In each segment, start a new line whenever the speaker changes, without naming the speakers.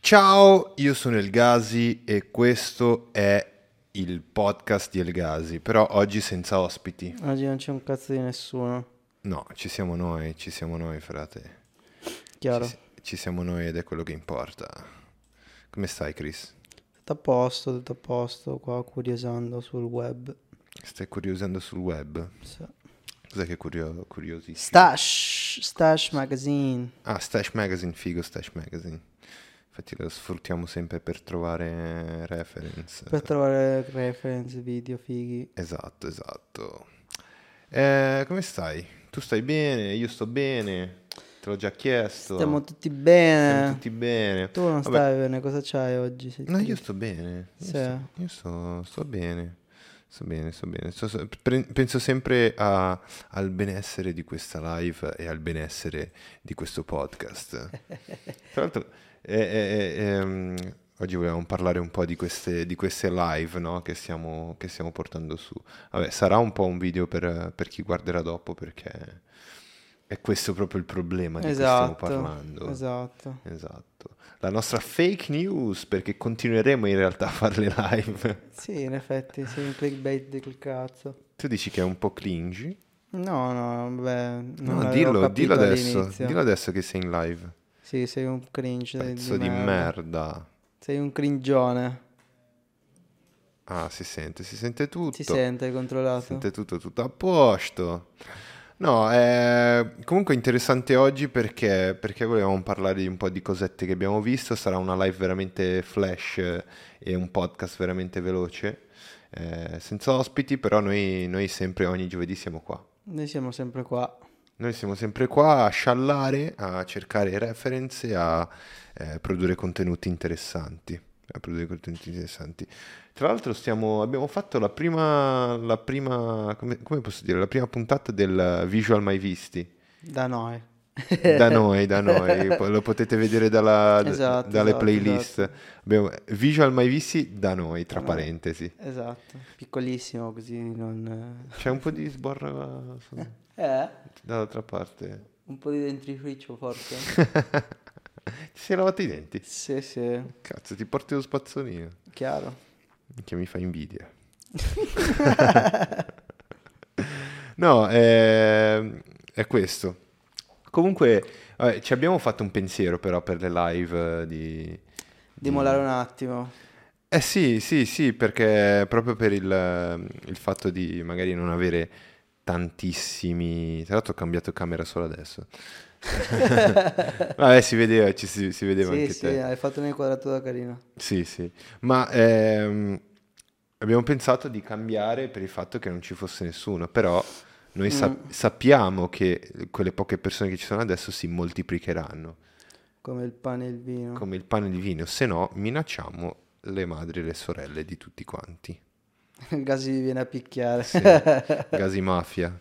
Ciao, io sono El Gazi e questo è il podcast di El Gazi, però oggi senza ospiti.
Oggi Ah, non c'è un cazzo di nessuno,
No, ci siamo noi, ci siamo noi, frate.
chiaro.
Ci, ci siamo noi ed è quello che importa. Come stai, Chris?
Tutto a posto, tutto a posto, qua curiosando sul web.
Stai curiosando sul web?
Sì.
Cos'è che curio- curiosisci?
Stash, Stash Magazine.
Ah, Stash Magazine, figo Stash Magazine. Infatti lo sfruttiamo sempre per trovare reference.
Per trovare reference, video fighi.
Esatto, esatto. Eh, come stai? Tu stai bene? Io sto bene? Te l'ho già chiesto.
Stiamo tutti
Stiamo
bene.
tutti bene.
Tu non
Vabbè,
stai bene, cosa c'hai oggi? Sei
No, io
triste?
sto bene. Io,
Sì.
sto, io sto- sto bene. Sto bene, sto bene. Sto- sto- pre- penso sempre a- al benessere di questa live e al benessere di questo podcast. Tra l'altro, eh, eh, eh, ehm, oggi volevamo parlare un po' di queste, di queste live no, che, stiamo, che stiamo portando su. Vabbè, sarà un po' un video per, per chi guarderà dopo perché è questo proprio il problema di cui stiamo parlando.
Esatto.
Esatto. La nostra fake news, perché continueremo in realtà a fare le live.
Sì, in effetti, sei un clickbait di quel cazzo.
Tu dici che è un po' cringe?
No, no, vabbè, non
No,
l'avevo
dillo,
capito
dillo adesso,
all'inizio.
dillo adesso che sei in live.
Sì, sei un cringe
Pezzo di
merda.
merda.
Sei un cringione.
Ah, si sente, si sente tutto.
Si sente controllato.
Sente tutto, tutto a posto. No, è comunque interessante oggi perché, perché volevamo parlare di un po' di cosette che abbiamo visto. Sarà una live veramente flash eh, e un podcast veramente veloce, eh, senza ospiti, però noi, noi sempre ogni giovedì siamo qua.
Noi siamo sempre qua.
Noi siamo sempre qua a sciallare, a cercare reference, a eh, produrre contenuti interessanti. A produrre contenuti interessanti. Tra l'altro stiamo- abbiamo fatto la prima, la prima come, come posso dire, la prima puntata del Visual Mai Visti.
Da noi.
Da noi, da noi, po- lo potete vedere dalla- d-
Esatto,
dalle
esatto,
playlist. Abbiamo Visual Mai Visti da noi, tra
Da noi.
parentesi.
Esatto. Piccolissimo così non...
C'è un po' di sborra su-
Eh?
dall'altra parte.
Un po' di dentifricio forse.
Ti sei lavato i denti?
sì, sì.
Cazzo, ti porti lo spazzolino.
Chiaro.
Che mi fa invidia. no, ehm, è, questo. Comunque, vabbè, ci abbiamo fatto un pensiero però per le live eh, di... Mm.
Dimolare un attimo.
Eh sì, sì, sì, perché proprio per il, ehm, il fatto di magari non avere tantissimi... Tra l'altro ho cambiato camera solo adesso. Vabbè, si vedeva, ci, si, si vedeva
sì,
anche
sì, eh.
te.
hai fatto un'inquadratura carina.
Sì, sì, ma ehm, abbiamo pensato di cambiare per il fatto che non ci fosse nessuno, però noi sa-
Mm.
sappiamo che quelle poche persone che ci sono adesso si moltiplicheranno,
Come il pane e il vino.
come il pane e il vino, se no minacciamo le madri e le sorelle di tutti quanti.
il Gasi vi viene a picchiare.
Sì. Gasi mafia.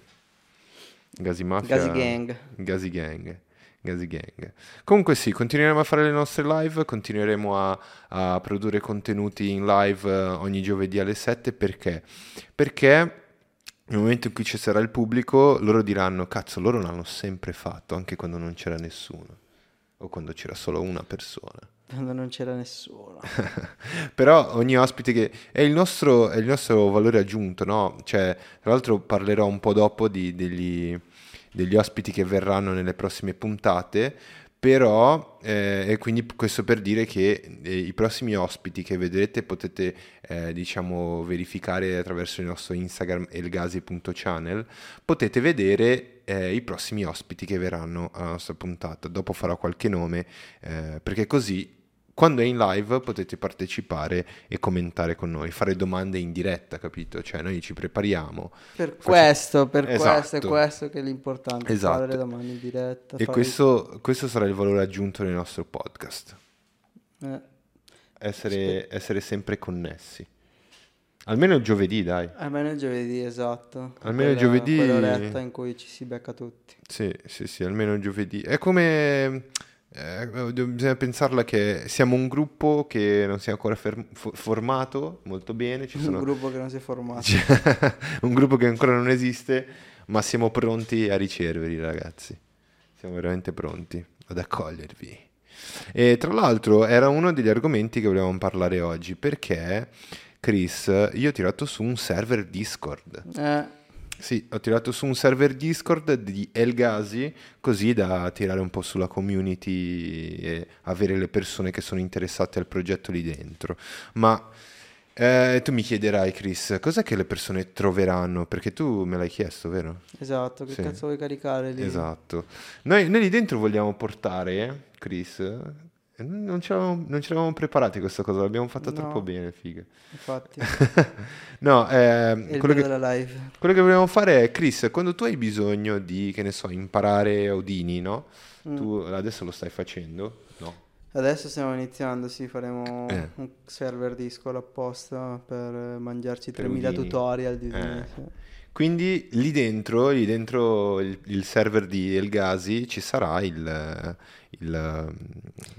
Gasi mafia.
Gasi gang.
Gasi Gang. Gasi Gang. Comunque sì, continueremo a fare le nostre live, continueremo a, a produrre contenuti in live eh, ogni giovedì alle 7 perché? Perché nel momento in cui ci sarà il pubblico loro diranno cazzo loro l'hanno sempre fatto anche quando non c'era nessuno o quando c'era solo una persona.
Quando non c'era nessuno.
Però ogni ospite che è il nostro, è il nostro valore aggiunto, no? Cioè, tra l'altro parlerò un po' dopo di- degli, degli ospiti che verranno nelle prossime puntate, però, eh, e quindi questo per dire che eh, i prossimi ospiti che vedrete potete, eh, diciamo, verificare attraverso il nostro Instagram elgasi.channel, potete vedere eh, i prossimi ospiti che verranno alla nostra puntata. Dopo farò qualche nome, eh, perché così quando è in live potete partecipare e commentare con noi, fare domande in diretta, capito? Cioè noi ci prepariamo
Per
Faccio-
questo, per questo, è
Esatto.
questo che è l'importante. Fare le
Esatto.
domande in diretta.
e
fare-
questo, questo sarà il valore aggiunto del nostro podcast,
eh,
essere, essere sempre connessi. Almeno il giovedì, dai.
almeno il giovedì, esatto.
Almeno il giovedì-
Quell'oretta in cui ci si becca tutti.
Sì, sì, sì, almeno il giovedì. È come... eh, do- bisogna pensarla che siamo un gruppo che non si è ancora ferm- fo- formato molto bene, ci sono
Un gruppo che non si è formato.
Cioè, un gruppo che ancora non esiste, ma siamo pronti a riceverli, ragazzi. Siamo veramente pronti ad accogliervi. E tra l'altro era uno degli argomenti che volevamo parlare oggi, perché Chris, io ho tirato su un server Discord.
Eh,
Sì, ho tirato su un server Discord di Elgasi, così da tirare un po' sulla community e avere le persone che sono interessate al progetto lì dentro. Ma eh, tu mi chiederai, Chris, cos'è che le persone troveranno? Perché tu me l'hai chiesto, vero?
Esatto, che
Sì.
cazzo vuoi caricare lì?
Esatto. Noi, noi lì dentro vogliamo portare, Chris, eh, non ce l'avevamo, non ce l'avevamo preparati questa cosa, l'abbiamo fatta
No.
troppo bene, figa.
Infatti,
no,
è
ehm,
il
quello
bello
che...
della live.
Quello che vogliamo fare è, Chris, quando tu hai bisogno di, che ne so, imparare Odini, no?
Mm.
Tu adesso lo stai facendo? No.
Adesso stiamo iniziando, sì, faremo
Eh.
un server Discord apposta per eh, mangiarci
Per
3000
Udini.
tutorial di
Eh.
Udini, sì.
Quindi lì dentro, lì dentro il, il server di Elgasi ci sarà il, il-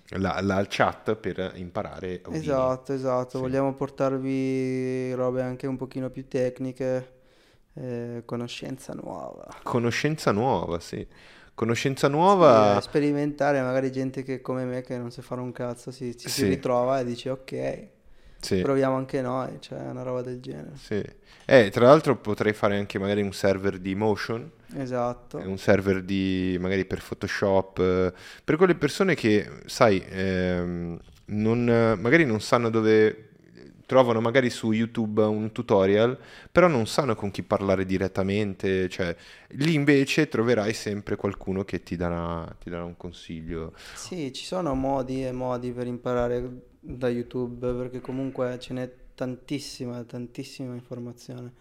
la, la chat per imparare Odini.
Esatto, esatto,
Sì.
vogliamo portarvi robe anche un pochino più tecniche, eh, conoscenza nuova.
Conoscenza nuova, sì. Conoscenza
Sì, eh,
nuova...
sperimentare magari gente che come me che non sa fare un cazzo si, ci si
Sì.
ritrova e dice ok,
sì.
proviamo anche noi, cioè una roba del genere.
Sì. Eh, tra l'altro potrei fare anche magari un server di Motion.
Esatto.
È un server di magari per Photoshop, eh, per quelle persone che, sai, ehm, non, eh, magari non sanno dove trovano magari su YouTube un tutorial, però non sanno con chi parlare direttamente, cioè lì invece troverai sempre qualcuno che ti darà, ti darà un consiglio.
Sì, ci sono modi e modi per imparare da YouTube, perché comunque ce n'è tantissima, tantissima informazione.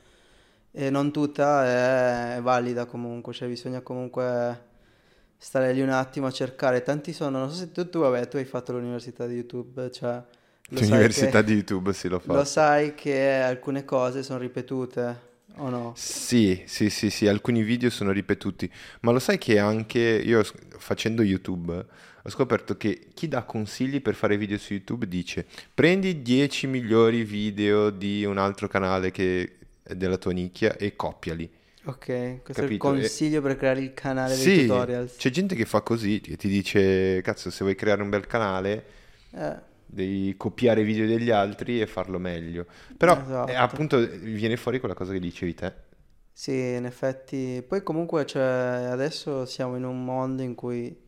E non tutta è valida comunque, cioè bisogna comunque stare lì un attimo a cercare. Tanti sono, non so se tu, tu, vabbè, tu hai fatto l'università di YouTube, cioè lo sai
L'università
che,
di YouTube si lo fa.
lo sai che alcune cose sono ripetute, o no?
Sì, sì, sì, sì, alcuni video sono ripetuti, ma lo sai che anche io s- facendo YouTube ho scoperto che chi dà consigli per fare video su YouTube dice prendi i 10 migliori video di un altro canale che è della tua nicchia e copiali.
Ok, questo è il
Capito, e-
consiglio per creare il canale dei
Sì,
tutorials.
c'è gente che fa così, che ti dice cazzo se vuoi creare un bel canale
Eh.
devi copiare i video degli altri e farlo meglio. Però
Esatto.
eh, appunto viene fuori quella cosa che dicevi te.
Sì, in effetti. Poi comunque cioè, adesso siamo in un mondo in cui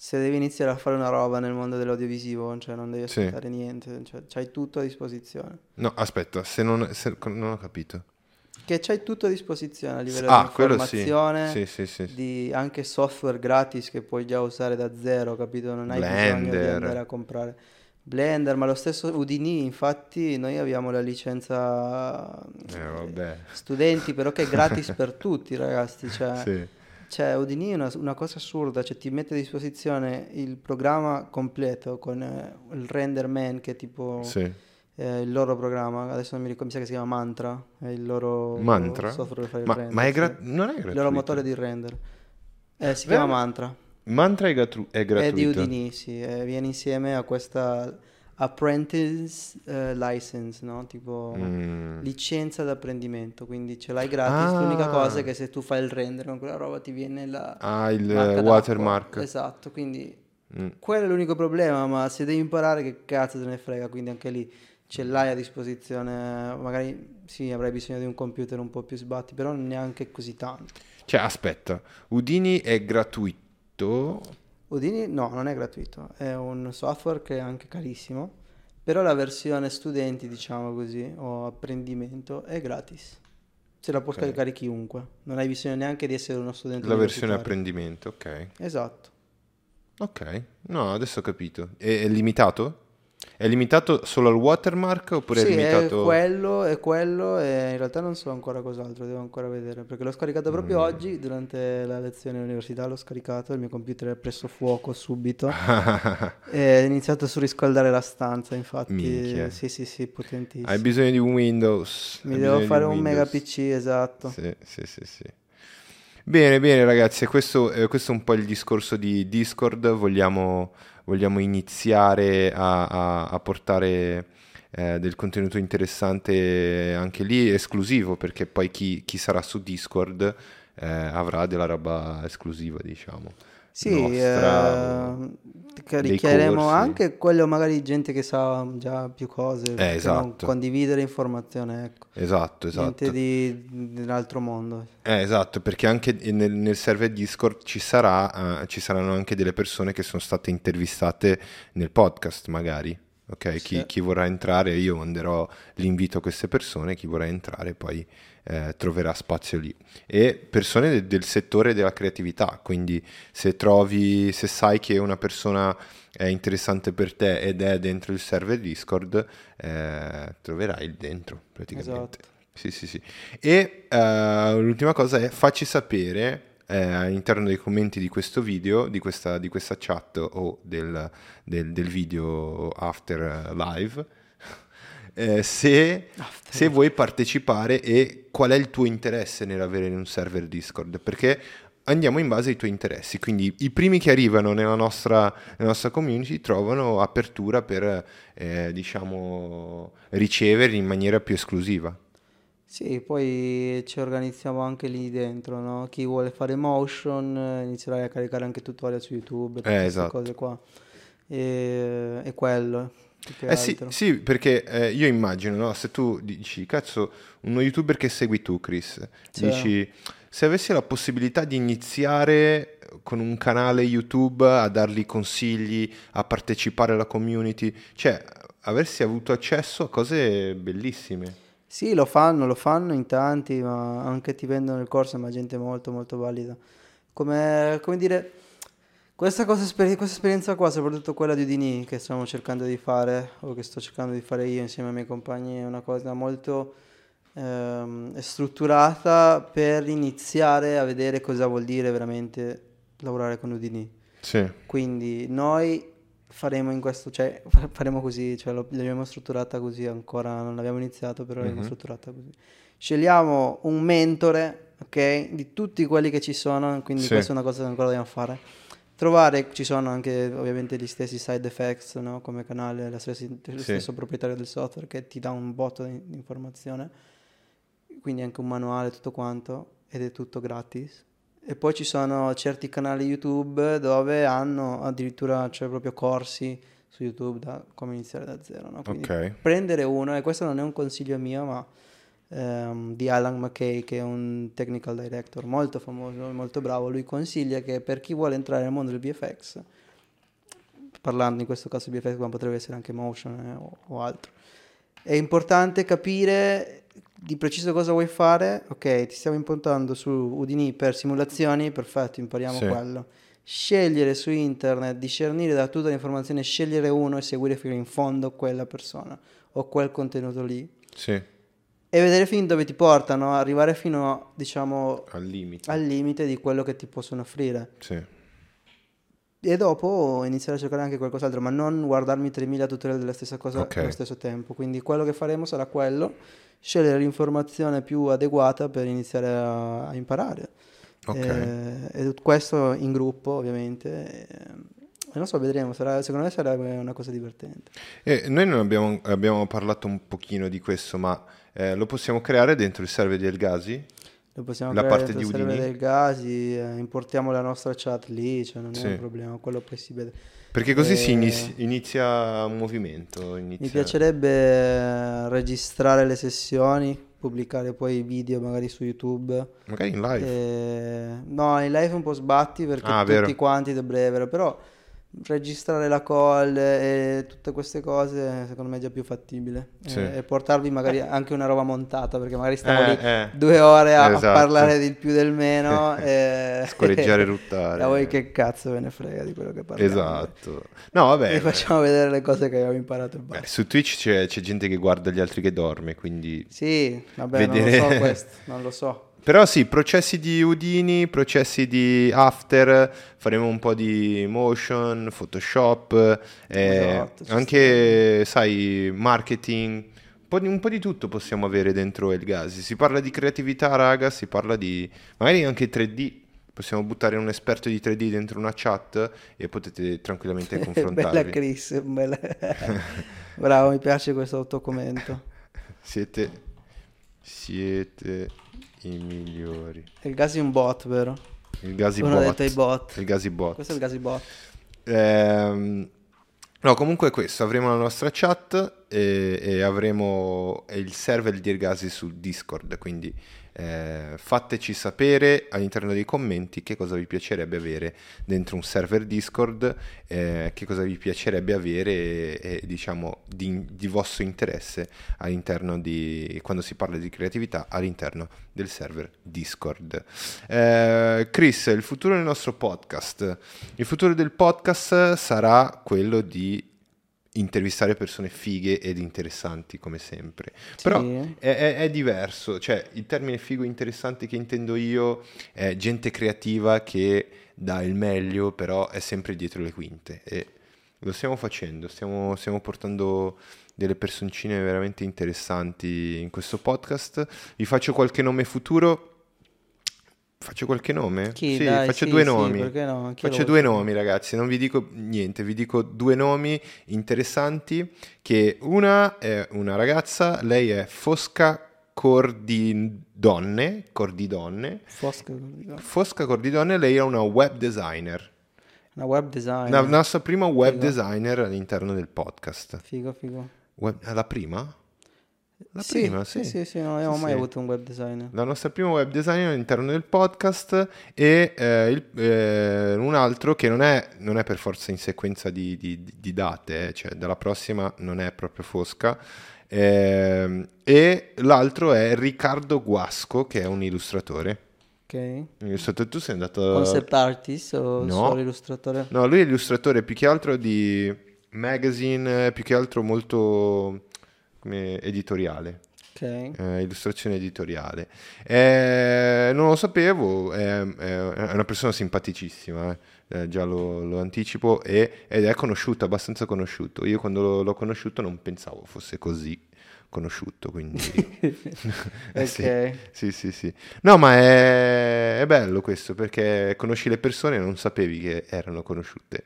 se devi iniziare a fare una roba nel mondo dell'audiovisivo, cioè non devi
Sì.
aspettare niente, cioè c'hai tutto a disposizione.
No, aspetta, se non, se- non ho capito.
Che c'hai tutto a disposizione a livello
Ah,
di
quello sì.
informazione,
Sì, sì, sì. sì.
di anche software gratis che puoi già usare da zero, capito? Non hai bisogno di
Blender.
andare a comprare Blender, ma lo stesso Udini, infatti, noi abbiamo la licenza
Eh, vabbè.
studenti, però che è gratis per tutti, ragazzi, cioè
Sì.
Cioè, Udini è una, una cosa assurda, cioè ti mette a disposizione il programma completo con eh, il render man che è tipo
Sì.
eh, il loro programma, adesso non mi ricordo, mi sa che si chiama Mantra, è il loro
Mantra?
software per fare il
Ma,
render,
ma è
sì.
gra- non è gratuito.
Il loro motore di render. Eh, si
Vero?
chiama Mantra,
Mantra è, gratru- è
è di
gratuito.
Udini, sì, eh, viene insieme a questa apprentice eh, license, no? Tipo
Mm.
licenza d'apprendimento, quindi ce l'hai gratis,
Ah.
l'unica cosa è che se tu fai il render con quella roba ti viene la
Ah, il
marca
eh,
d'acqua.
watermark.
Esatto, quindi
Mm.
quello è l'unico problema, ma se devi imparare che cazzo te ne frega, quindi anche lì ce l'hai a disposizione, magari sì, avrai bisogno di un computer un po' più sbatti, però neanche così tanto.
Cioè, aspetta. Udini è gratuito.
Udini no, non è gratuito, è un software che è anche carissimo, però la versione studenti, diciamo così, o apprendimento è gratis. Ce la può
Ok.
scaricare chiunque, non hai bisogno neanche di essere uno studente
La versione
universitario.
apprendimento, ok.
Esatto.
Ok. No, adesso ho capito. È, è limitato? È limitato solo al watermark oppure
sì,
è limitato...
è quello, è quello e in realtà non so ancora cos'altro, devo ancora vedere, perché l'ho scaricato
Mm.
proprio oggi durante la lezione all'università, l'ho scaricato, il mio computer è preso fuoco subito e ho iniziato a surriscaldare la stanza, infatti,
Minchia.
sì sì sì, potentissimo.
Hai bisogno di un Windows.
Mi
hai
devo
bisogno di
fare un
Windows.
mega PC, esatto.
Sì, sì, sì, sì. Bene, bene ragazzi, questo, eh, questo è un po' il discorso di Discord, vogliamo, vogliamo iniziare a, a- a portare eh, del contenuto interessante anche lì, esclusivo, perché poi chi, chi sarà su Discord eh, avrà della roba esclusiva, diciamo.
Sì,
nostra,
eh, caricheremo
corsi.
anche quello magari di gente che sa già più cose, perché non
esatto.
condividere informazione, ecco.
Esatto, esatto.
Niente di, di un altro mondo.
Eh, esatto, perché anche nel, nel server Discord ci, sarà, eh, ci saranno anche delle persone che sono state intervistate nel podcast, magari. Ok,
Sì.
chi, chi vorrà entrare, io manderò l'invito a queste persone, chi vorrà entrare poi eh, troverà spazio lì. E persone de- del settore della creatività, quindi se trovi, se sai che una persona è interessante per te ed è dentro il server Discord, eh, troverai il dentro praticamente.
Esatto.
Sì, sì, sì. E eh, l'ultima cosa è facci sapere eh, all'interno dei commenti di questo video, di questa, di questa chat o del, del- del video after eh, live, eh, se, se vuoi partecipare e qual è il tuo interesse nell'avere un server Discord, perché andiamo in base ai tuoi interessi, quindi i primi che arrivano nella nostra, nella nostra community trovano apertura per, eh, diciamo, riceverli in maniera più esclusiva.
Sì, poi ci organizziamo anche lì dentro, no? Chi vuole fare motion eh, inizierai a caricare anche tutorial su YouTube, tutte
Eh,
queste
esatto.
cose qua. E, e quello, più che
Eh sì,
altro.
sì, perché eh, io immagino, no? se tu dici, cazzo, uno youtuber che segui tu, Chris,
Sì.
dici, se avessi la possibilità di iniziare con un canale YouTube a dargli consigli, a partecipare alla community, cioè avresti avuto accesso a cose bellissime.
Sì, lo fanno, lo fanno in tanti, ma anche ti vendono il corso, ma gente molto molto valida. Come, come dire, questa cosa, esper- questa esperienza qua, soprattutto quella di Udinì, che stiamo cercando di fare, o che sto cercando di fare io insieme ai miei compagni, è una cosa molto ehm, strutturata per iniziare a vedere cosa vuol dire veramente lavorare con Udinì.
Sì,
Quindi noi faremo in questo, cioè faremo così, cioè lo- l'abbiamo strutturata così ancora, non abbiamo iniziato, però l'abbiamo
Mhm.
strutturata così. Scegliamo un mentore, ok? Di tutti quelli che ci sono, quindi
Sì.
questa è una cosa che ancora dobbiamo fare. Trovare, ci sono anche ovviamente gli stessi side effects, no? Come canale, la stessa- lo
Sì.
stesso proprietario del software che ti dà un botto di di informazione quindi anche un manuale, tutto quanto, ed è tutto gratis. E poi ci sono certi canali YouTube dove hanno addirittura, cioè proprio corsi su YouTube da come iniziare da zero, no? Quindi
ok.
prendere uno, e questo non è un consiglio mio, ma ehm, di Alan McKay, che è un technical director molto famoso, molto bravo, lui consiglia che per chi vuole entrare nel mondo del VFX, parlando in questo caso di BFX, ma potrebbe essere anche motion eh, o, o altro. È importante capire di preciso cosa vuoi fare. Ok, ti stiamo impuntando su Udini per simulazioni, perfetto, impariamo
Sì.
quello. Scegliere su internet, discernire da tutta l'informazione, scegliere uno e seguire fino in fondo quella persona o quel contenuto lì.
Sì,
E vedere fin dove ti portano, arrivare fino, diciamo,
al limite.
al limite di quello che ti possono offrire.
Sì.
E dopo iniziare a cercare anche qualcos'altro, ma non guardarmi 3000 tutorial della stessa cosa
Ok.
allo stesso tempo. Quindi quello che faremo sarà quello, scegliere l'informazione più adeguata per iniziare a, a imparare.
Ok.
Eh, e tut- questo in gruppo, ovviamente. Eh, E non so, vedremo, sarà- secondo me sarebbe una cosa divertente.
E noi non abbiamo, abbiamo parlato un pochino di questo, ma eh, lo possiamo creare dentro il server di Elgasi?
Lo possiamo
La
creare
parte
dentro
di
il server
Udini?
del Gasi, eh, importiamo la nostra chat lì, cioè non è
Sì.
un problema, quello poi si vede.
Perché così si
Eh,
inis- inizia un movimento. Inizia...
Mi piacerebbe eh, registrare le sessioni, pubblicare poi i video magari su YouTube.
Magari in live.
Eh, no, in live un po' sbatti perché
Ah,
tutti
vero.
quanti dovrebbero, però registrare la call e tutte queste cose secondo me è già più fattibile.
Sì.
Eh, e portarvi magari anche una roba montata perché magari stiamo
Eh,
lì
eh.
due ore a, a
Esatto.
parlare del più del meno. e...
Scorreggiare e ruttare.
A voi che cazzo ve ne frega di quello che parliamo.
Esatto. No, vabbè.
Vi Eh, facciamo vedere le cose che abbiamo imparato e basta.
eh, su Twitch c'è, c'è gente che guarda gli altri che dorme, quindi...
Sì, vabbè, non lo
Vedere-
so questo, non lo so.
Però sì, processi di Udini, processi di After, faremo un po' di motion, Photoshop, eh,
Esatto, ci
anche, sai, marketing, un po, di, un po' di tutto possiamo avere dentro Elgasi. Si parla di creatività, raga, si parla di magari anche 3D. Possiamo buttare un esperto di 3D dentro una chat e potete tranquillamente
Bella
confrontarvi.
Chris, bella- Bravo, mi piace questo autocommento.
Siete, siete i migliori.
Il gas è un bot, vero?
Il gasibot.
Uno ha detto i bot.
Il gasibot.
Questo è il gasibot.
Ehm, no, comunque è questo, avremo la nostra chat e, e avremo il server di Ergasi su Discord, quindi eh, fateci sapere all'interno dei commenti che cosa vi piacerebbe avere dentro un server Discord, eh, che cosa vi piacerebbe avere e, e, diciamo di, di vostro interesse all'interno di, quando si parla di creatività, all'interno del server Discord. Eh, Chris, il futuro del nostro podcast. Il futuro del podcast sarà quello di intervistare persone fighe ed interessanti come sempre. Però
Sì.
è, è- è diverso, cioè il termine figo e interessante che intendo io è gente creativa che dà il meglio, però è sempre dietro le quinte e lo stiamo facendo, stiamo, stiamo portando delle personcine veramente interessanti in questo podcast. Vi faccio qualche nome futuro. Faccio qualche nome?
Chi?
sì,
Dai,
faccio
sì,
due
sì,
nomi.
perché no? Chi lo
Faccio due
vuole
nomi, ragazzi, non vi dico niente, vi dico due nomi interessanti che una è una ragazza, lei è Fosca Cordidonne, Cordidonne.
Fosca, una
Fosca Cordidonne, lei è una web designer,
web design.
la nostra prima web
Figo.
designer all'interno del podcast.
Figo, figo.
Web- ah, la prima? La
sì,
prima,
sì.
sì.
Sì, sì, non abbiamo
Sì,
mai
sì.
avuto un web designer.
La nostra prima web designer all'interno del podcast e eh, il- eh, un altro che non è, non è per forza in sequenza di, di- di date, eh, cioè dalla prossima non è proprio Fosca. ehm, e l'altro è Riccardo Guasco, che è un illustratore.
Ok.
Un illustratore, tu sei andato...
Concept artist o
Eh, no.
solo illustratore?
No, lui è illustratore più che altro di magazine, eh, più che altro molto come editoriale.
Ok.
Eh, illustrazione editoriale. Eh, non lo sapevo, è, è- è una persona simpaticissima, eh, eh, già lo, lo anticipo, e- ed è conosciuto, abbastanza conosciuto. Io quando lo- l'ho conosciuto non pensavo fosse così conosciuto, quindi... Eh, sì.
Ok.
Sì, sì, sì. No, ma è, è bello questo, perché conosci le persone e non sapevi che erano conosciute.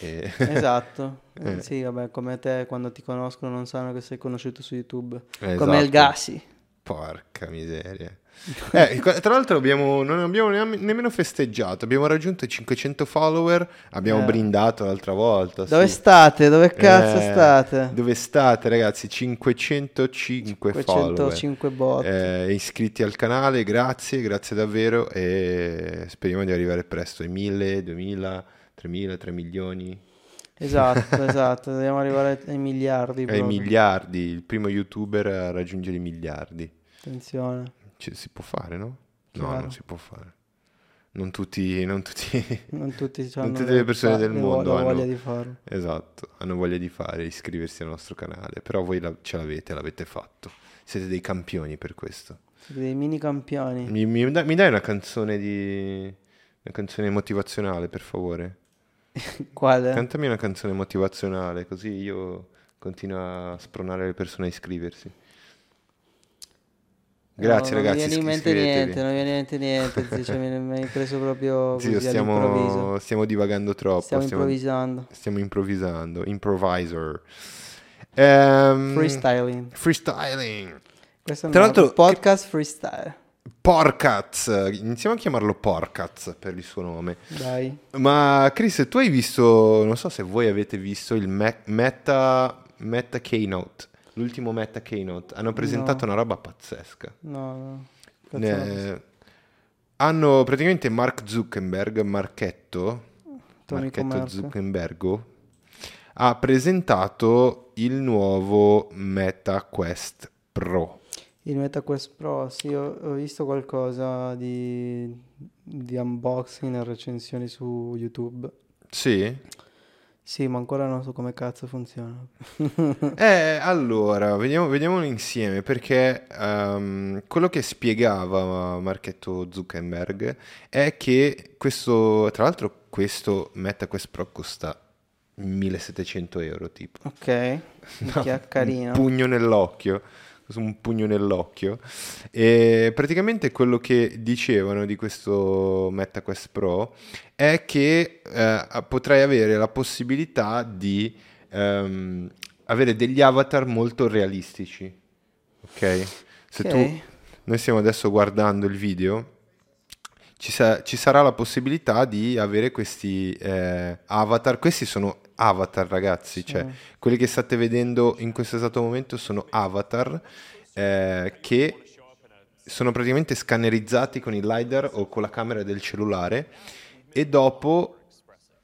E-
Esatto. Eh,
Eh.
Sì, vabbè, come te quando ti conoscono non sanno che sei conosciuto su YouTube. Come
Esatto.
il Gassi.
Porca miseria. Eh, co- tra l'altro abbiamo- non abbiamo neam- nemmeno festeggiato, abbiamo raggiunto i 500 follower, abbiamo
Eh.
brindato l'altra volta.
Dove
sì.
state? Dove cazzo
Eh,
state?
Dove state ragazzi? 505 follower.
505 bot.
Eh, iscritti al canale, grazie, grazie davvero e speriamo di arrivare presto ai 1000, 2000, 3000, 3 milioni,
Esatto, esatto. Dobbiamo arrivare ai miliardi.
ai
proprio.
Eh, miliardi, il primo youtuber a raggiungere i miliardi.
Attenzione.
Cioè, si può fare, no? No,
Chiaro.
non si può fare. Non tutti, non tutti,
Non tutti
non
hanno
tutte
le-
le persone del
le vo-
mondo
la voglia
hanno,
di farlo.
esatto, hanno voglia di fare, iscriversi al nostro canale, però voi la- ce l'avete, l'avete fatto. Siete dei campioni per questo.
Siete dei mini campioni.
Mi, mi dai, mi dai una canzone di... una canzone motivazionale, per favore?
Quale?
Cantami una canzone motivazionale, così io continuo a spronare le persone a iscriversi. Grazie
No,
ragazzi,
Non mi viene in mente
iscrivetevi.
niente, non mi viene in mente niente. zio, cioè, mi mi hai preso proprio
Zio,
così all'improvviso.
stiamo, stiamo divagando troppo.
Stiamo
stiamo-
improvvisando.
Stiamo improvvisando, improviser. Ehm,
Freestyling.
Freestyling.
Questo è
Tra
un
l'altro-
podcast freestyle.
Porcats. Iniziamo a chiamarlo Porcats per il suo nome.
Dai.
Ma Chris, tu hai visto, non so se voi avete visto il Me- Meta, Meta Keynote, l'ultimo Meta Keynote. Hanno presentato una roba pazzesca.
No, no. Cazzo,
Ne-
no, questo-
hanno praticamente Mark Zuckerberg, Marchetto,
Tuo amico
Marchetto
Marco.
Zuckerbergo, ha presentato il nuovo Meta Quest Pro.
Il MetaQuest Pro, sì, ho, ho visto qualcosa di, di unboxing e recensioni su YouTube.
Sì?
Sì, ma ancora non so come cazzo funziona.
Eh, allora, vediamo, vediamolo insieme perché ehm, quello che spiegava Marchetto Zuckerberg è che questo, tra l'altro questo Meta Quest Pro costa 1700 euro tipo.
Ok, minchia, carino.
Un pugno nell'occhio. Un pugno nell'occhio. E praticamente quello che dicevano di questo MetaQuest Pro è che eh, potrai avere la possibilità di ehm, avere degli avatar molto realistici. Ok? Se
Ok.
tu, noi stiamo adesso guardando il video. ci, sa- ci sarà la possibilità di avere questi eh, avatar. Questi sono avatar, ragazzi. Cioè,
Eh,
quelli che state vedendo in questo esatto momento sono avatar eh, che sono praticamente scannerizzati con il LiDAR o con la camera del cellulare e dopo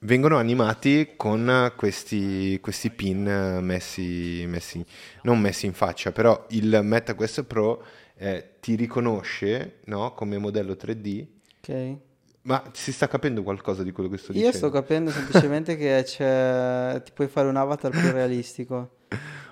vengono animati con questi, questi pin eh, messi, messi, non messi in faccia, però il MetaQuest Pro eh, ti riconosce no, come modello 3D,
Ok.
ma si sta capendo qualcosa di quello che sto
Io
dicendo?
sto capendo semplicemente che c'è... ti puoi fare un avatar più realistico.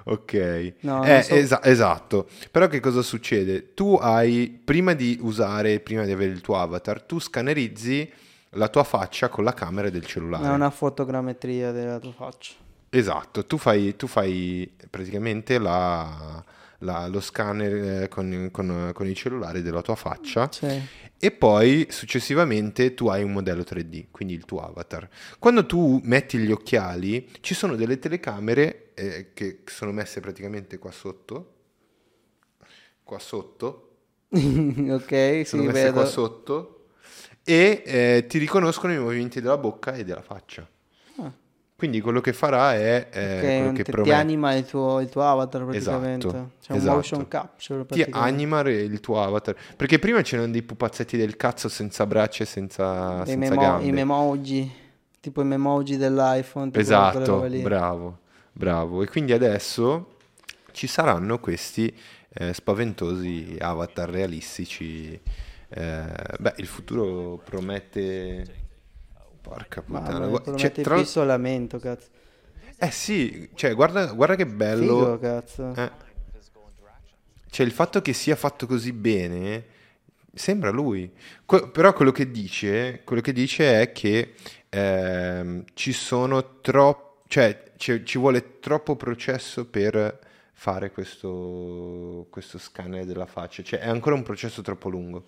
Ok,
No, non
Eh,
so-
esa- esatto. Però che cosa succede? Tu hai, prima di usare, prima di avere il tuo avatar, tu scannerizzi la tua faccia con la camera del cellulare.
È una fotogrammetria della tua faccia.
Esatto, tu fai, tu fai praticamente la- la- lo scanner eh, con, con- con il cellulare della tua faccia
Cioè,
e poi successivamente tu hai un modello 3D, quindi il tuo avatar. Quando tu metti gli occhiali ci sono delle telecamere eh, che sono messe praticamente qua sotto, qua sotto,
ok, sì,
sono messe
vedo.
qua sotto e eh, ti riconoscono i movimenti della bocca e della faccia.
Ah.
Quindi quello che farà è eh,
Ok,
quello
un-
che
ti- ti
promette.
anima il tuo, il tuo avatar praticamente.
Esatto,
C'è un
esatto.
motion capture
Ti
praticamente.
anima re- il tuo avatar. Perché prima c'erano dei pupazzetti del cazzo senza braccia e senza,
Dei
senza
memo-
gambe.
I memoji, tipo i memoji dell'iPhone. tipo quelle
esatto,
robe lì.
bravo, bravo. E quindi adesso ci saranno questi eh, spaventosi avatar realistici. Eh, beh, il futuro promette... Porca
Ma
puttana.
me
gua-
lo
cioè,
promette
tra-
più isolamento, cazzo.
Eh sì, cioè, guarda, guarda che bello...
Figo, cazzo.
Eh. Cioè, il fatto che sia fatto così bene sembra lui. Que- però quello che dice, quello che dice è che ehm, ci sono troppo, cioè ci, ci vuole troppo processo per fare questo, questo scanner della faccia. Cioè, è ancora un processo troppo lungo.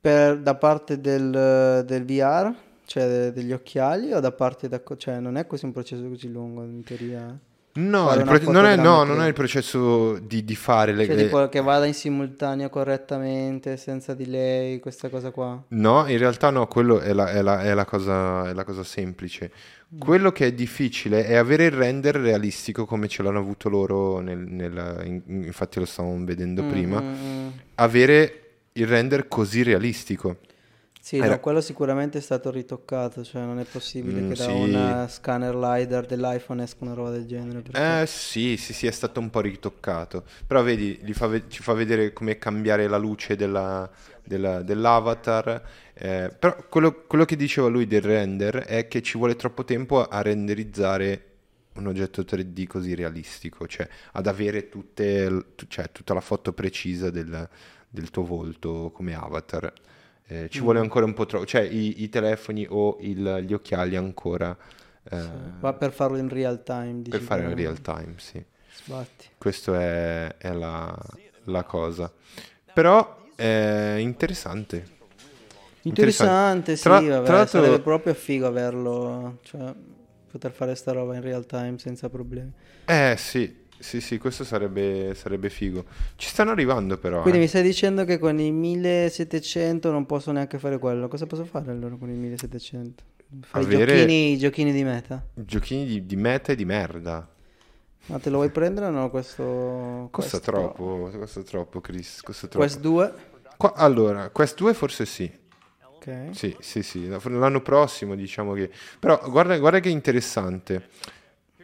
Per- da parte del, del VR, cioè de- degli occhiali, o da parte da... co- cioè non è così un processo così lungo in teoria. eh.
No,
Fare
il
una
pro- non, è, no,
fotogrammetria.
non è il processo di, di fare le,
Cioè
le-
tipo che vada in simultanea correttamente, senza delay, questa cosa qua.
No, in realtà no, quello è la, è la- è la cosa, è la cosa semplice.
Mm.
Quello che è difficile è avere il render realistico come ce l'hanno avuto loro, nel- nel- in- in- infatti lo stavamo vedendo
Mm,
prima,
mm, mm.
avere il render così realistico.
Sì,
Era-
no, quello sicuramente è stato ritoccato, cioè non è possibile
Mm,
che da
sì.
un eh, scanner LiDAR dell'iPhone esca una roba del genere. perché-
Eh sì, sì, sì, è stato un po' ritoccato, però vedi, gli fa ve- ci fa vedere come cambiare la luce della- della- dell'avatar, eh, però quello, quello che diceva lui del render è che ci vuole troppo tempo a renderizzare un oggetto 3D così realistico, cioè ad avere tutte l- tu- cioè, tutta la foto precisa del, del tuo volto come avatar. Eh,
Mm.
ci vuole ancora un po' troppo, cioè i, i telefoni o il- gli occhiali ancora eh,
Ma per farlo in real time, dici
per fare in
tu,
real time, sì.
Sbatti.
Questa è, è la, la cosa. Però è interessante.
Interessante, sì,
Tra-
vabbè,
tra l'altro-
sarebbe proprio figo averlo, cioè poter fare sta roba in real time senza problemi.
Eh sì, sì, sì, questo sarebbe, sarebbe figo. Ci stanno arrivando però.
Quindi
eh.
mi stai dicendo che con i 1700 non posso neanche fare quello. Cosa posso fare allora con i 1700? Fare i
Avere-
giochini, i giochini di meta.
Giochini di, di meta e di merda.
Ma te lo vuoi prendere o no questo
Costa
Quest Pro?
troppo, costa troppo Chris, costa troppo.
Quest 2?
Qua- allora, Quest 2 forse sì.
Ok.
Sì, sì, sì, la- l'anno prossimo diciamo che... Però guarda, guarda che interessante.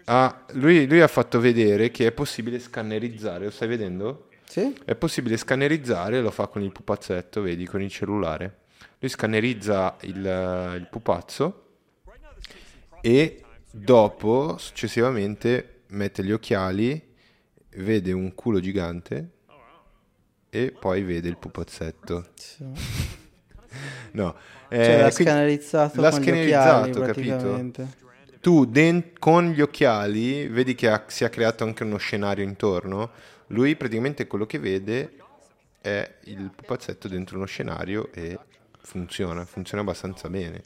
Ah, lui, lui ha fatto vedere che è possibile scannerizzare, lo stai vedendo?
Sì?
È possibile scannerizzare, lo fa con il pupazzetto, vedi, con il cellulare. Lui scannerizza il, eh, il pupazzo e dopo, successivamente, mette gli occhiali, vede un culo gigante e poi vede il pupazzetto.
Sì.
No,
Cioè
eh,
l'ha
quindi
scannerizzato
l'ha
con gli occhiali
scannerizzato, capito?
praticamente.
tu den- con gli occhiali vedi che ha- si è creato anche uno scenario intorno. Lui praticamente quello che vede è il pupazzetto dentro uno scenario e funziona, funziona abbastanza bene.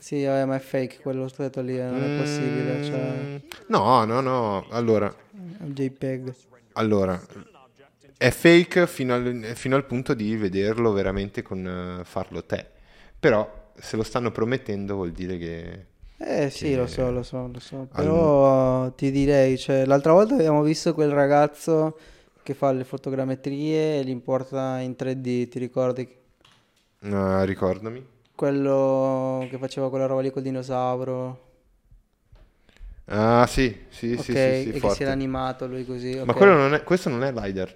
Sì, vabbè, ma è fake quello stretto lì, eh, non è possibile, cioè
Mm, No, no, no. Allora,
è un JPEG.
allora, è fake fino al, fino al punto di vederlo veramente con eh, farlo te. Però se lo stanno promettendo vuol dire che...
Eh sì,
che-
lo so, lo so, lo so.
al-
Però ti direi, cioè, l'altra volta abbiamo visto quel ragazzo che fa le fotogrammetrie e li importa in 3D, ti ricordi?
Ah, ricordami.
Quello che faceva quella roba lì col dinosauro.
Ah sì, sì,
Ok,
sì,
e
sì, sì,
che si
forte.
era animato lui così.
Ma
ok.
quello non è, questo non è LiDAR.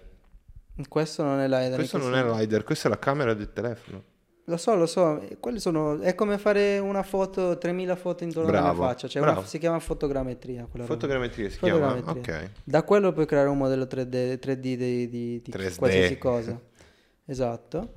Questo non è l'Aidan.
Questo non è LiDAR, questa è la camera del telefono.
Lo so, lo so, eh, quelli sono... è come fare una foto, 3000 foto intorno alla
Bravo,
faccia, cioè una-
bravo.
si chiama fotogrammetria quella roba.
Fotogrammetria si
Fotogrammetria.
chiama? Ok.
Da quello puoi creare un modello 3D, 3D di, di- di
3D.
qualsiasi cosa. Esatto.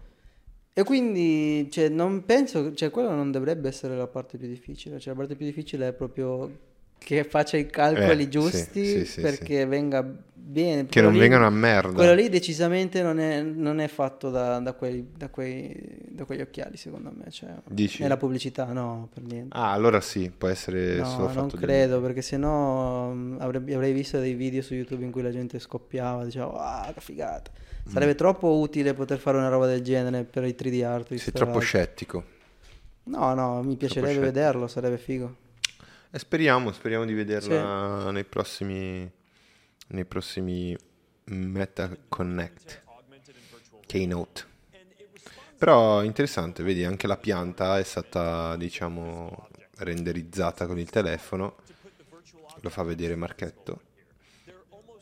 E quindi, cioè, non penso, cioè, quella non dovrebbe essere la parte più difficile, cioè, la parte più difficile è proprio che faccia i calcoli
Eh, sì,
giusti
sì, sì,
perché venga bene.
Che
Quello
non
lì-
vengano a merda.
Quello lì decisamente non è, non è fatto da, da quei, da, quei, da quegli occhiali, secondo me. Cioè,
Dici?
Nella pubblicità, no, per niente.
Ah, allora sì, può essere solo
No, non
fatto del-
credo, perché sennò mh, avrebbe- avrei visto dei video su YouTube in cui la gente scoppiava, diceva, ah, che figata.
Mm.
Sarebbe troppo utile poter fare una roba del genere per i 3D artist.
Sei
tra
troppo
l'altro.
scettico.
No, no, mi piacerebbe
scettico.
vederlo, sarebbe figo.
E speriamo, speriamo di vederla nei prossimi nei prossimi Meta Connect Keynote. Però interessante, vedi, anche la pianta è stata, diciamo, renderizzata con il telefono. Lo fa vedere Marchetto.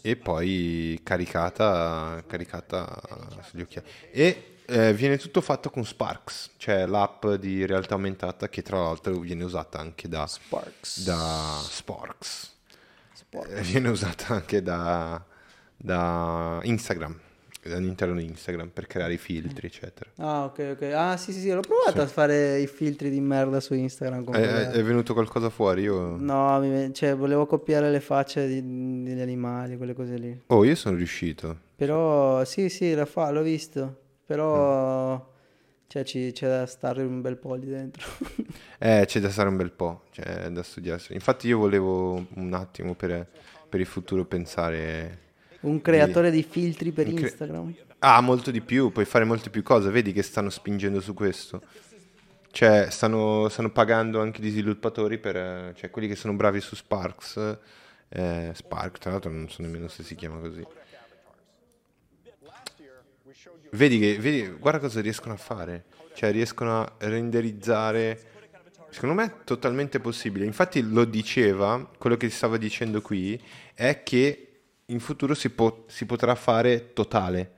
E poi caricata, caricata sugli occhiali. E eh, viene tutto fatto con Sparks, cioè l'app di realtà aumentata che tra l'altro viene usata anche da
Sparks.
da Sporks.
Sparks.
Eh, Viene usata anche da, da Instagram, all'interno di Instagram per creare i filtri, eccetera.
Ah, ok, ok. Ah, sì, sì, sì, l'ho provato a fare i filtri di merda su Instagram. con
Eh, eh,
quella-
È, venuto qualcosa fuori? Io...
No, mi- cioè, volevo copiare le facce di- degli animali, quelle cose lì.
Oh, io sono riuscito.
Però sì, sì, la fa, l'ho visto. Però
Mm.
cioè, ci- c'è da stare un bel po' lì dentro.
Eh, c'è da stare un bel po', cioè, da studiarsi. Infatti io volevo un attimo per, per il futuro pensare...
Un creatore di filtri per
Un cre-
Instagram.
Ah, molto di più, puoi fare molte più cose, vedi che stanno spingendo su questo. Cioè, stanno, stanno pagando anche gli sviluppatori per... eh, cioè, quelli che sono bravi su Sparks. eh, Spark, tra l'altro non so nemmeno se si chiama così. Vedi che... Vedi, guarda cosa riescono a fare. Cioè, riescono a renderizzare... Secondo me è totalmente possibile. Infatti lo diceva, quello che stava dicendo qui, è che in futuro si, po- si potrà fare totale.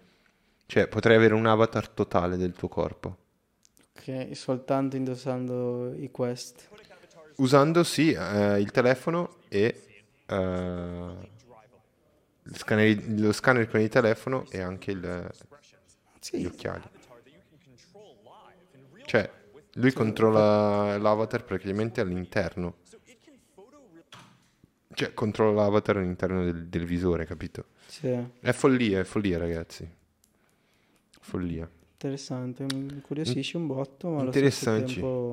Cioè, potrai avere un avatar totale del tuo corpo.
Ok, soltanto indossando i Quest.
Usando sì eh, il telefono e eh, il scanner- lo scanner con il telefono e anche il- gli
Sì,
occhiali. Cioè, lui controlla l'avatar praticamente all'interno. Cioè, controlla l'avatar all'interno del, del visore, capito?
sì,
È follia, è follia, ragazzi. Follia.
interessante. Mi incuriosisce un botto, ma allo stesso
Interessanci.
tempo,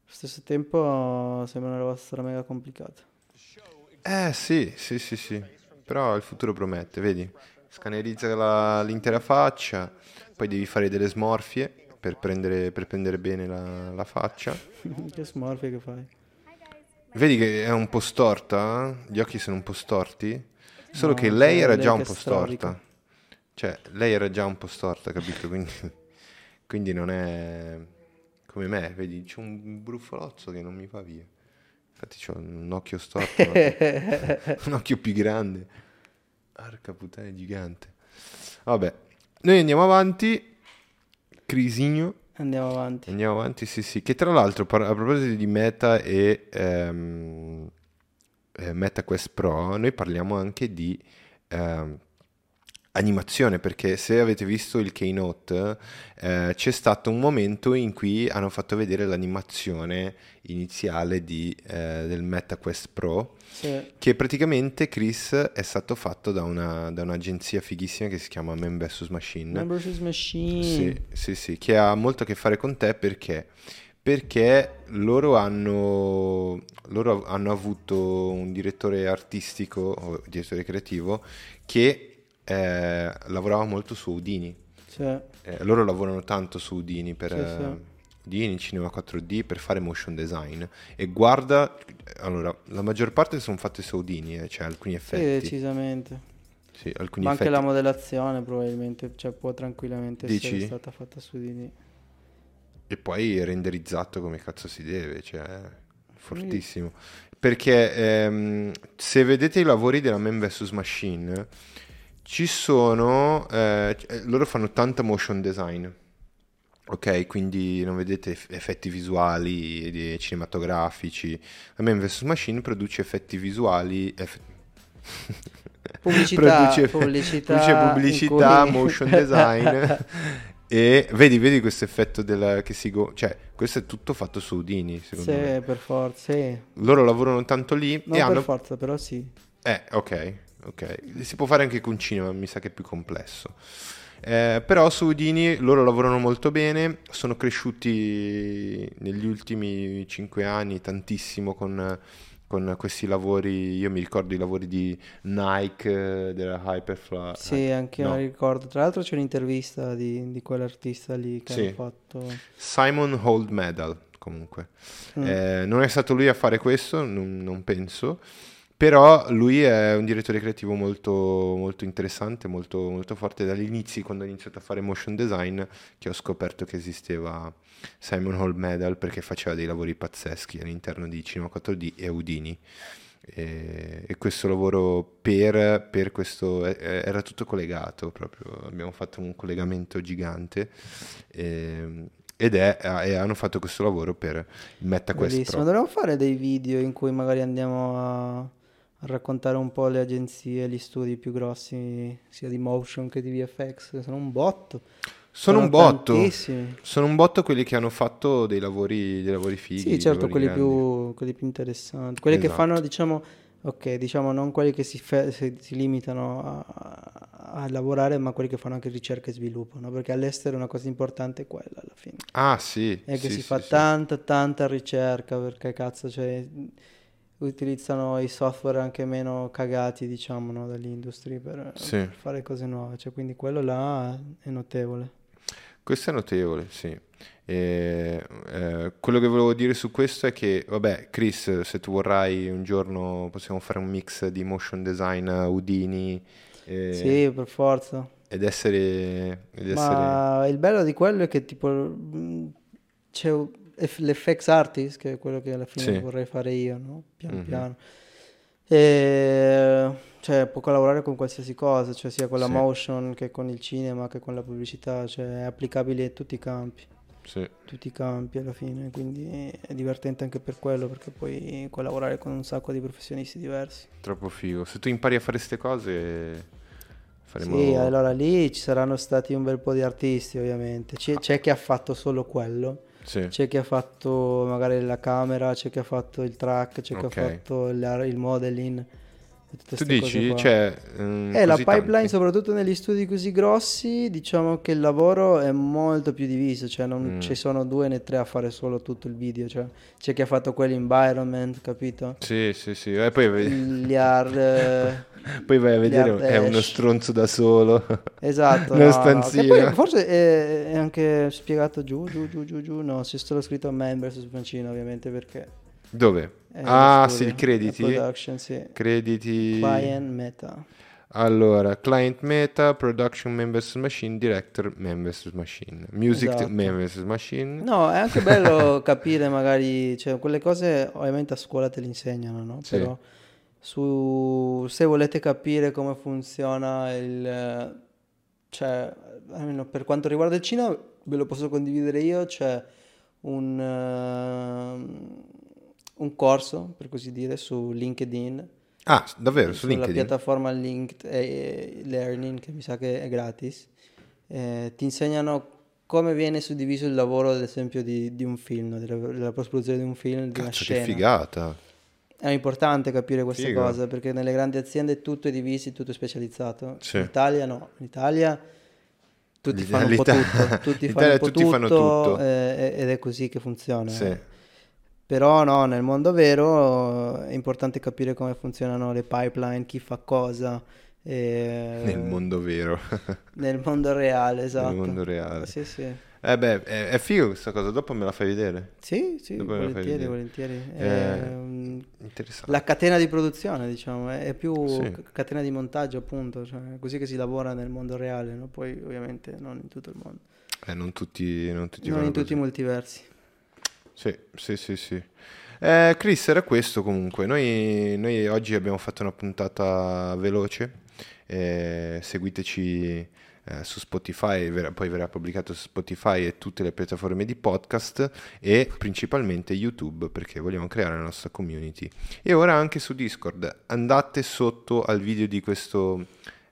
allo stesso tempo sembra una roba stra mega complicata.
Eh sì, sì, sì, sì. Però il futuro promette, vedi? Scannerizza la- l'intera faccia, poi devi fare delle smorfie per prendere, per prendere bene la, la faccia.
Che smorfie che fai.
Vedi che è un po' storta? eh? Gli occhi sono un po' storti? Solo
No,
che lei
cioè,
era
lei
già
che
un po'
strabica.
storta. Cioè, lei era già un po' storta, capito? Quindi, quindi non è come me, vedi? C'è un bruffolozzo che non mi va via. Infatti c'ho un occhio storto, un occhio un occhio più grande. Arca puttana è gigante. Vabbè, noi andiamo avanti. Crisigno,
Andiamo avanti.
andiamo avanti, sì sì. Che tra l'altro, par- a proposito di Meta e ehm, eh, Meta Quest Pro, noi parliamo anche di ehm, animazione, perché se avete visto il keynote, eh, c'è stato un momento in cui hanno fatto vedere l'animazione iniziale di, eh, del Meta Quest Pro
Sì.
che praticamente Chris è stato fatto da, una- da un'agenzia fighissima che si chiama Man vs Machine.
Numbers is Machine.
Sì, sì, sì, che ha molto a che fare con te perché? Perché loro hanno, loro hanno avuto un direttore artistico o direttore creativo che eh, lavorava molto su Udini.
cioè, Sì.
Eh, loro lavorano tanto su Udini per,
Sì, sì.
eh, 3D, in Cinema 4D per fare motion design. E guarda, allora, la maggior parte sono fatte soldini, eh, cioè alcuni
Sì,
effetti.
decisamente.
Sì, alcuni
Ma anche
effetti.
la modellazione probabilmente, cioè può tranquillamente
Dici?
essere stata fatta su di lì.
E poi renderizzato come cazzo si deve, cioè fortissimo. Perché ehm, se vedete i lavori della Man vs Machine, ci sono... eh, c- eh, loro fanno tanta motion design, ok? Quindi non vedete eff- effetti visuali, di- cinematografici. La Man vs Machine produce effetti visuali... eff-
Pubblicità,
produce-
pubblicità,
produce
in
pubblicità,
cui-
motion design. e vedi, vedi questo effetto della, che si... go- cioè, questo è tutto fatto su Udini, secondo me.
Sì, per forza, sì.
Loro lavorano tanto lì
Non
e
per
hanno...
forza, però sì.
eh, ok, ok. Si può fare anche con cinema, mi sa che è più complesso. Eh, però su Udini loro lavorano molto bene, sono cresciuti negli ultimi cinque anni tantissimo con, con questi lavori, io mi ricordo i lavori di Nike, eh, della Hyperfly. eh,
Sì, anche io
ah, no.
mi ricordo. Tra l'altro c'è un'intervista di, di quell'artista lì che
Sì. Eh,
hanno fatto.
Simon Hold Medal, comunque.
Mm.
Eh, non è stato lui a fare questo, non, non penso, però lui è un direttore creativo molto, molto interessante, molto, molto forte dagli inizi, quando ho iniziato a fare motion design, che ho scoperto che esisteva Simon Hold Medal perché faceva dei lavori pazzeschi all'interno di Cinema 4D e Udini. E, e questo lavoro per, per questo eh, eh, era tutto collegato proprio abbiamo fatto un collegamento gigante ehm, ed è e hanno fatto questo lavoro per il MetaQuest
Bellissimo.
Pro
Dovremmo fare dei video in cui magari andiamo a, a raccontare un po' le agenzie, gli studi più grossi, sia di motion che di VFX. che Sono un botto.
sono un botto
tantissimi.
sono un botto quelli che hanno fatto dei lavori dei lavori fighi
Sì,
dei
certo,
lavori
quelli
grandi.
più, quelli più interessanti. Quelli che
Esatto.
fanno, diciamo, ok, diciamo non quelli che si, fe- si- si limitano a, a lavorare, ma quelli che fanno anche ricerca e sviluppo, no? Perché all'estero una cosa importante è quella alla fine.
ah sì
È eh, che
sì,
si
sì,
fa
sì.
tanta, tanta ricerca, perché cazzo, cioè, utilizzano i software anche meno cagati, diciamo, no, dall'industria per,
Sì.
per fare cose nuove. Cioè, quindi quello là è notevole.
Questo è notevole, sì. E, eh, quello che volevo dire su questo è che, vabbè, Chris, se tu vorrai un giorno possiamo fare un mix di motion design eh, Udini eh,
Sì, per forza.
ed essere... Ed essere...
Ma il bello di quello è che tipo mh, c'è un- eff- l'FX artist, che è quello che alla fine
Sì.
vorrei fare io, no? Pian
Mhm.
piano. E, cioè, può collaborare con qualsiasi cosa, cioè sia con la
Sì.
motion che con il cinema che con la pubblicità, cioè è applicabile in tutti i campi,
Sì,
tutti i campi alla fine, quindi è divertente anche per quello, perché puoi collaborare con un sacco di professionisti diversi.
troppo figo. Se tu impari a fare queste cose faremo...
Sì, allora lì ci saranno stati un bel po' di artisti, ovviamente. C'è, c'è chi ha fatto solo quello,
Sì,
c'è chi ha fatto magari la camera, c'è chi ha fatto il track, c'è
Ok.
chi ha fatto la- il modeling. e tutte
Tu
ste cose
dici,
qua.
cioè... mm,
Eh, la
così
pipeline,
tanti.
soprattutto negli studi così grossi, diciamo che il lavoro è molto più diviso, cioè non
Mm.
ci sono due né tre a fare solo tutto il video, cioè c'è chi ha fatto quell'environment, capito?
Sì, sì, sì. E poi, ve-
Gli art... eh,
poi vai a vedere,
Gli
è uno
Ardèche.
stronzo da solo.
Esatto,
Nello
no, no, che
stanzino.
poi forse è, è anche spiegato giù, giù, giù, giù, giù, no, c'è solo scritto Man vs Mancino ovviamente perché
Dove?
è
ah,
lo
sì, il
studio, Eh, la
crediti.
production, sì,
Crediti.
client meta,
Allora, client meta, production members machine, director members machine, music
Esatto.
members machine.
no, è anche bello capire magari, cioè quelle cose ovviamente a scuola te le insegnano, no,
Sì.
però su, se volete capire come funziona il, cioè, almeno per quanto riguarda il cinema, ve lo posso condividere io, c'è un, ehm, un corso, per così dire, su LinkedIn,
Ah, s- davvero, su
sulla
LinkedIn?
piattaforma Linked eh, Learning, che mi sa che è gratis. Eh, ti insegnano come viene suddiviso il lavoro, ad esempio, di, di un film, no? della, della post-produzione di un film, di una
Cazzo, che
scena.
figata.
È importante capire queste
Figo.
cose perché nelle grandi aziende tutto è diviso, tutto è specializzato.
Sì.
In Italia no, in Italia tutti
L'I-
fanno un po'
l'Ita-
tutto, tutti
in
fanno un
Italia
po'
tutti fanno tutto.
eh, ed è così che funziona.
Sì.
Però no, nel mondo vero eh, è importante capire come funzionano le pipeline, chi fa cosa. eh,
Nel mondo vero,
nel mondo reale, esatto.
nel mondo reale.
Sì, sì.
Eh beh, è, è figo questa cosa, dopo me la fai vedere.
Sì, sì,
Dopo me lo fai
volentieri,
vedere.
volentieri.
Eh,
Ehm,
Interessante.
la catena di produzione, diciamo, è è più
Sì.
c- catena di montaggio, appunto, cioè, è così che si lavora nel mondo reale, no? poi ovviamente non in tutto il mondo,
Eh, non tutti, non tutti
non
vanno
in tutti
così.
i multiversi.
Sì, sì, sì, sì. Eh, Chris, era questo comunque. Noi, noi oggi abbiamo fatto una puntata veloce. Eh, seguiteci eh, su Spotify, verrà- poi verrà pubblicato su Spotify e tutte le piattaforme di podcast e principalmente YouTube perché vogliamo creare la nostra community. E ora anche su Discord. Andate sotto al video di questo,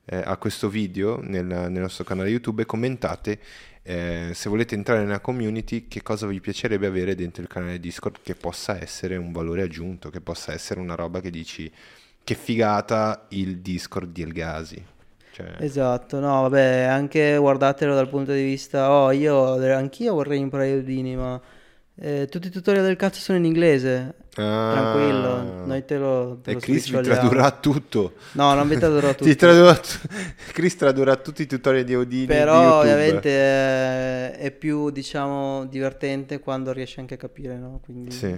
eh, a questo video nel, nel nostro canale YouTube e commentate eh, se volete entrare nella community, che cosa vi piacerebbe avere dentro il canale Discord che possa essere un valore aggiunto, che possa essere una roba che dici che figata il Discord di Elgasi. Cioè,
Esatto, no, vabbè, anche guardatelo dal punto di vista, oh, io anch'io vorrei imparare Udini, ma eh, tutti i tutorial del cazzo sono in inglese,
ah,
tranquillo, noi te lo, te
E
lo
Chris vi
spiccioliamo.
tradurrà tutto.
No, non vi tradurrò
Ti
tutto.
tradurrà tu- Chris tradurrà tutti i tutorial di Odini. di
Però
YouTube.
ovviamente eh, è più, diciamo, divertente quando riesci anche a capire, no? Quindi
Sì.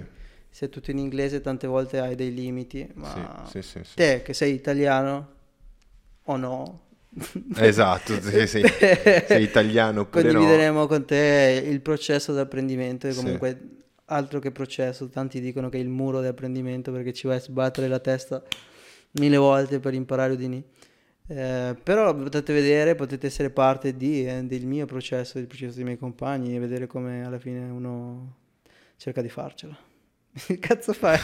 se è tutto in inglese tante volte hai dei limiti, ma
Sì, sì, sì, sì.
te che sei italiano o no?
Esatto, se sei, sei italiano oppure no.
Condivideremo con te il processo di apprendimento e
Sì.
comunque altro che processo, tanti dicono che è il muro di apprendimento perché ci vai a sbattere la testa mille volte per imparare Udini. Eh, però potete vedere, potete essere parte di, eh, del mio processo, del processo dei miei compagni e vedere come alla fine uno cerca di farcela. Che cazzo fai?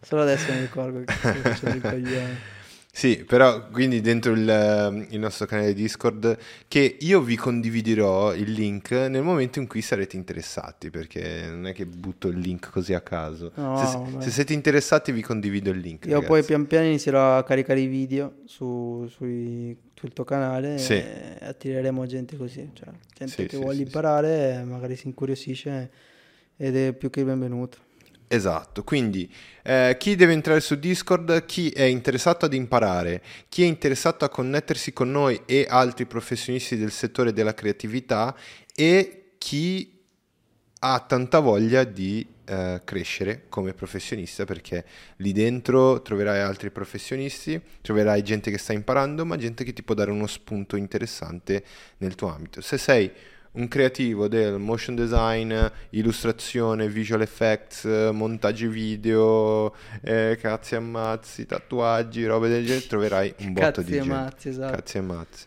Solo adesso mi accorgo che sto facendo il coglione.
Sì, però quindi dentro il, ehm, il nostro canale Discord che io vi condividerò il link nel momento in cui sarete interessati, perché non è che butto il link così a caso.
No,
se,
vabbè.
se siete interessati vi condivido il link.
Io poi pian piano inizierò a caricare i video su- sui- sul tuo canale
Sì.
e attireremo gente così, cioè gente
Sì,
che
sì,
vuole
sì, sì.
imparare e magari si incuriosisce ed è più che benvenuto.
Esatto, quindi eh, chi deve entrare su Discord, chi è interessato ad imparare, chi è interessato a connettersi con noi e altri professionisti del settore della creatività e chi ha tanta voglia di eh, crescere come professionista perché lì dentro troverai altri professionisti, troverai gente che sta imparando, ma gente che ti può dare uno spunto interessante nel tuo ambito. Se sei un creativo del motion design, illustrazione, visual effects, eh, montaggi video, eh, cazzi e ammazzi, tatuaggi, robe del genere, troverai un botto
Cazzi
di
e
gente.
mazzi, esatto.
Cazzi e mazzi.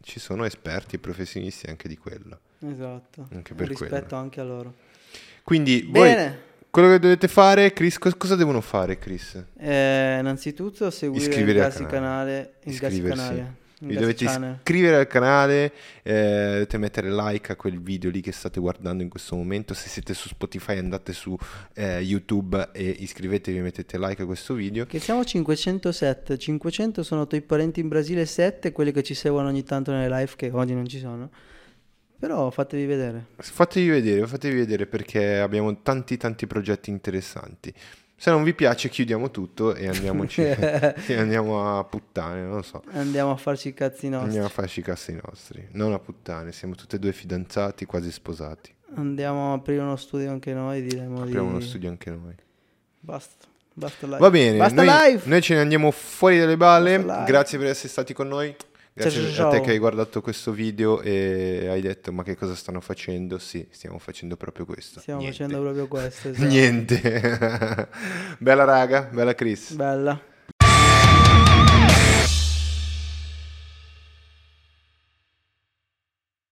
Ci sono esperti e professionisti anche di quello.
Esatto.
Anche per
rispetto
quello.
anche a loro.
Quindi voi
Bene.
quello che dovete fare, Chris, cos- cosa devono fare, Chris?
Eh, innanzitutto seguire
Iscrivere
il
al
Gassi
canale.
canale, il Gassi
Iscriversi.
canale, il
Vi
Gassi
dovete
channel.
iscrivere al canale, eh, dovete mettere like a quel video lì che state guardando in questo momento. Se siete su Spotify andate su eh, YouTube e iscrivetevi e mettete like a questo video.
Che siamo 507, 500 sono i tuoi parenti in Brasile, 7 quelli che ci seguono ogni tanto nelle live che oggi non ci sono. Però fatevi vedere.
Fatevi vedere, fatevi vedere perché abbiamo tanti tanti progetti interessanti. Se non vi piace chiudiamo tutto e andiamoci, e andiamo a puttane, non lo so.
Andiamo a farci i cazzi nostri.
Andiamo a farci i cazzi nostri, non a puttane, siamo tutti e due fidanzati, quasi sposati.
Andiamo a aprire uno studio anche noi, diremo di...
Apriamo uno studio anche noi.
Basta, basta live.
Va bene,
Basta
noi,
live!
noi ce ne andiamo fuori dalle balle.
Basta live.
Grazie per essere stati con noi. Grazie
Ciao.
a te che hai guardato questo video e hai detto ma che cosa stanno facendo? Sì, stiamo facendo proprio questo.
Stiamo
Niente.
facendo proprio questo. esatto.
Niente. bella raga, bella Chris.
Bella.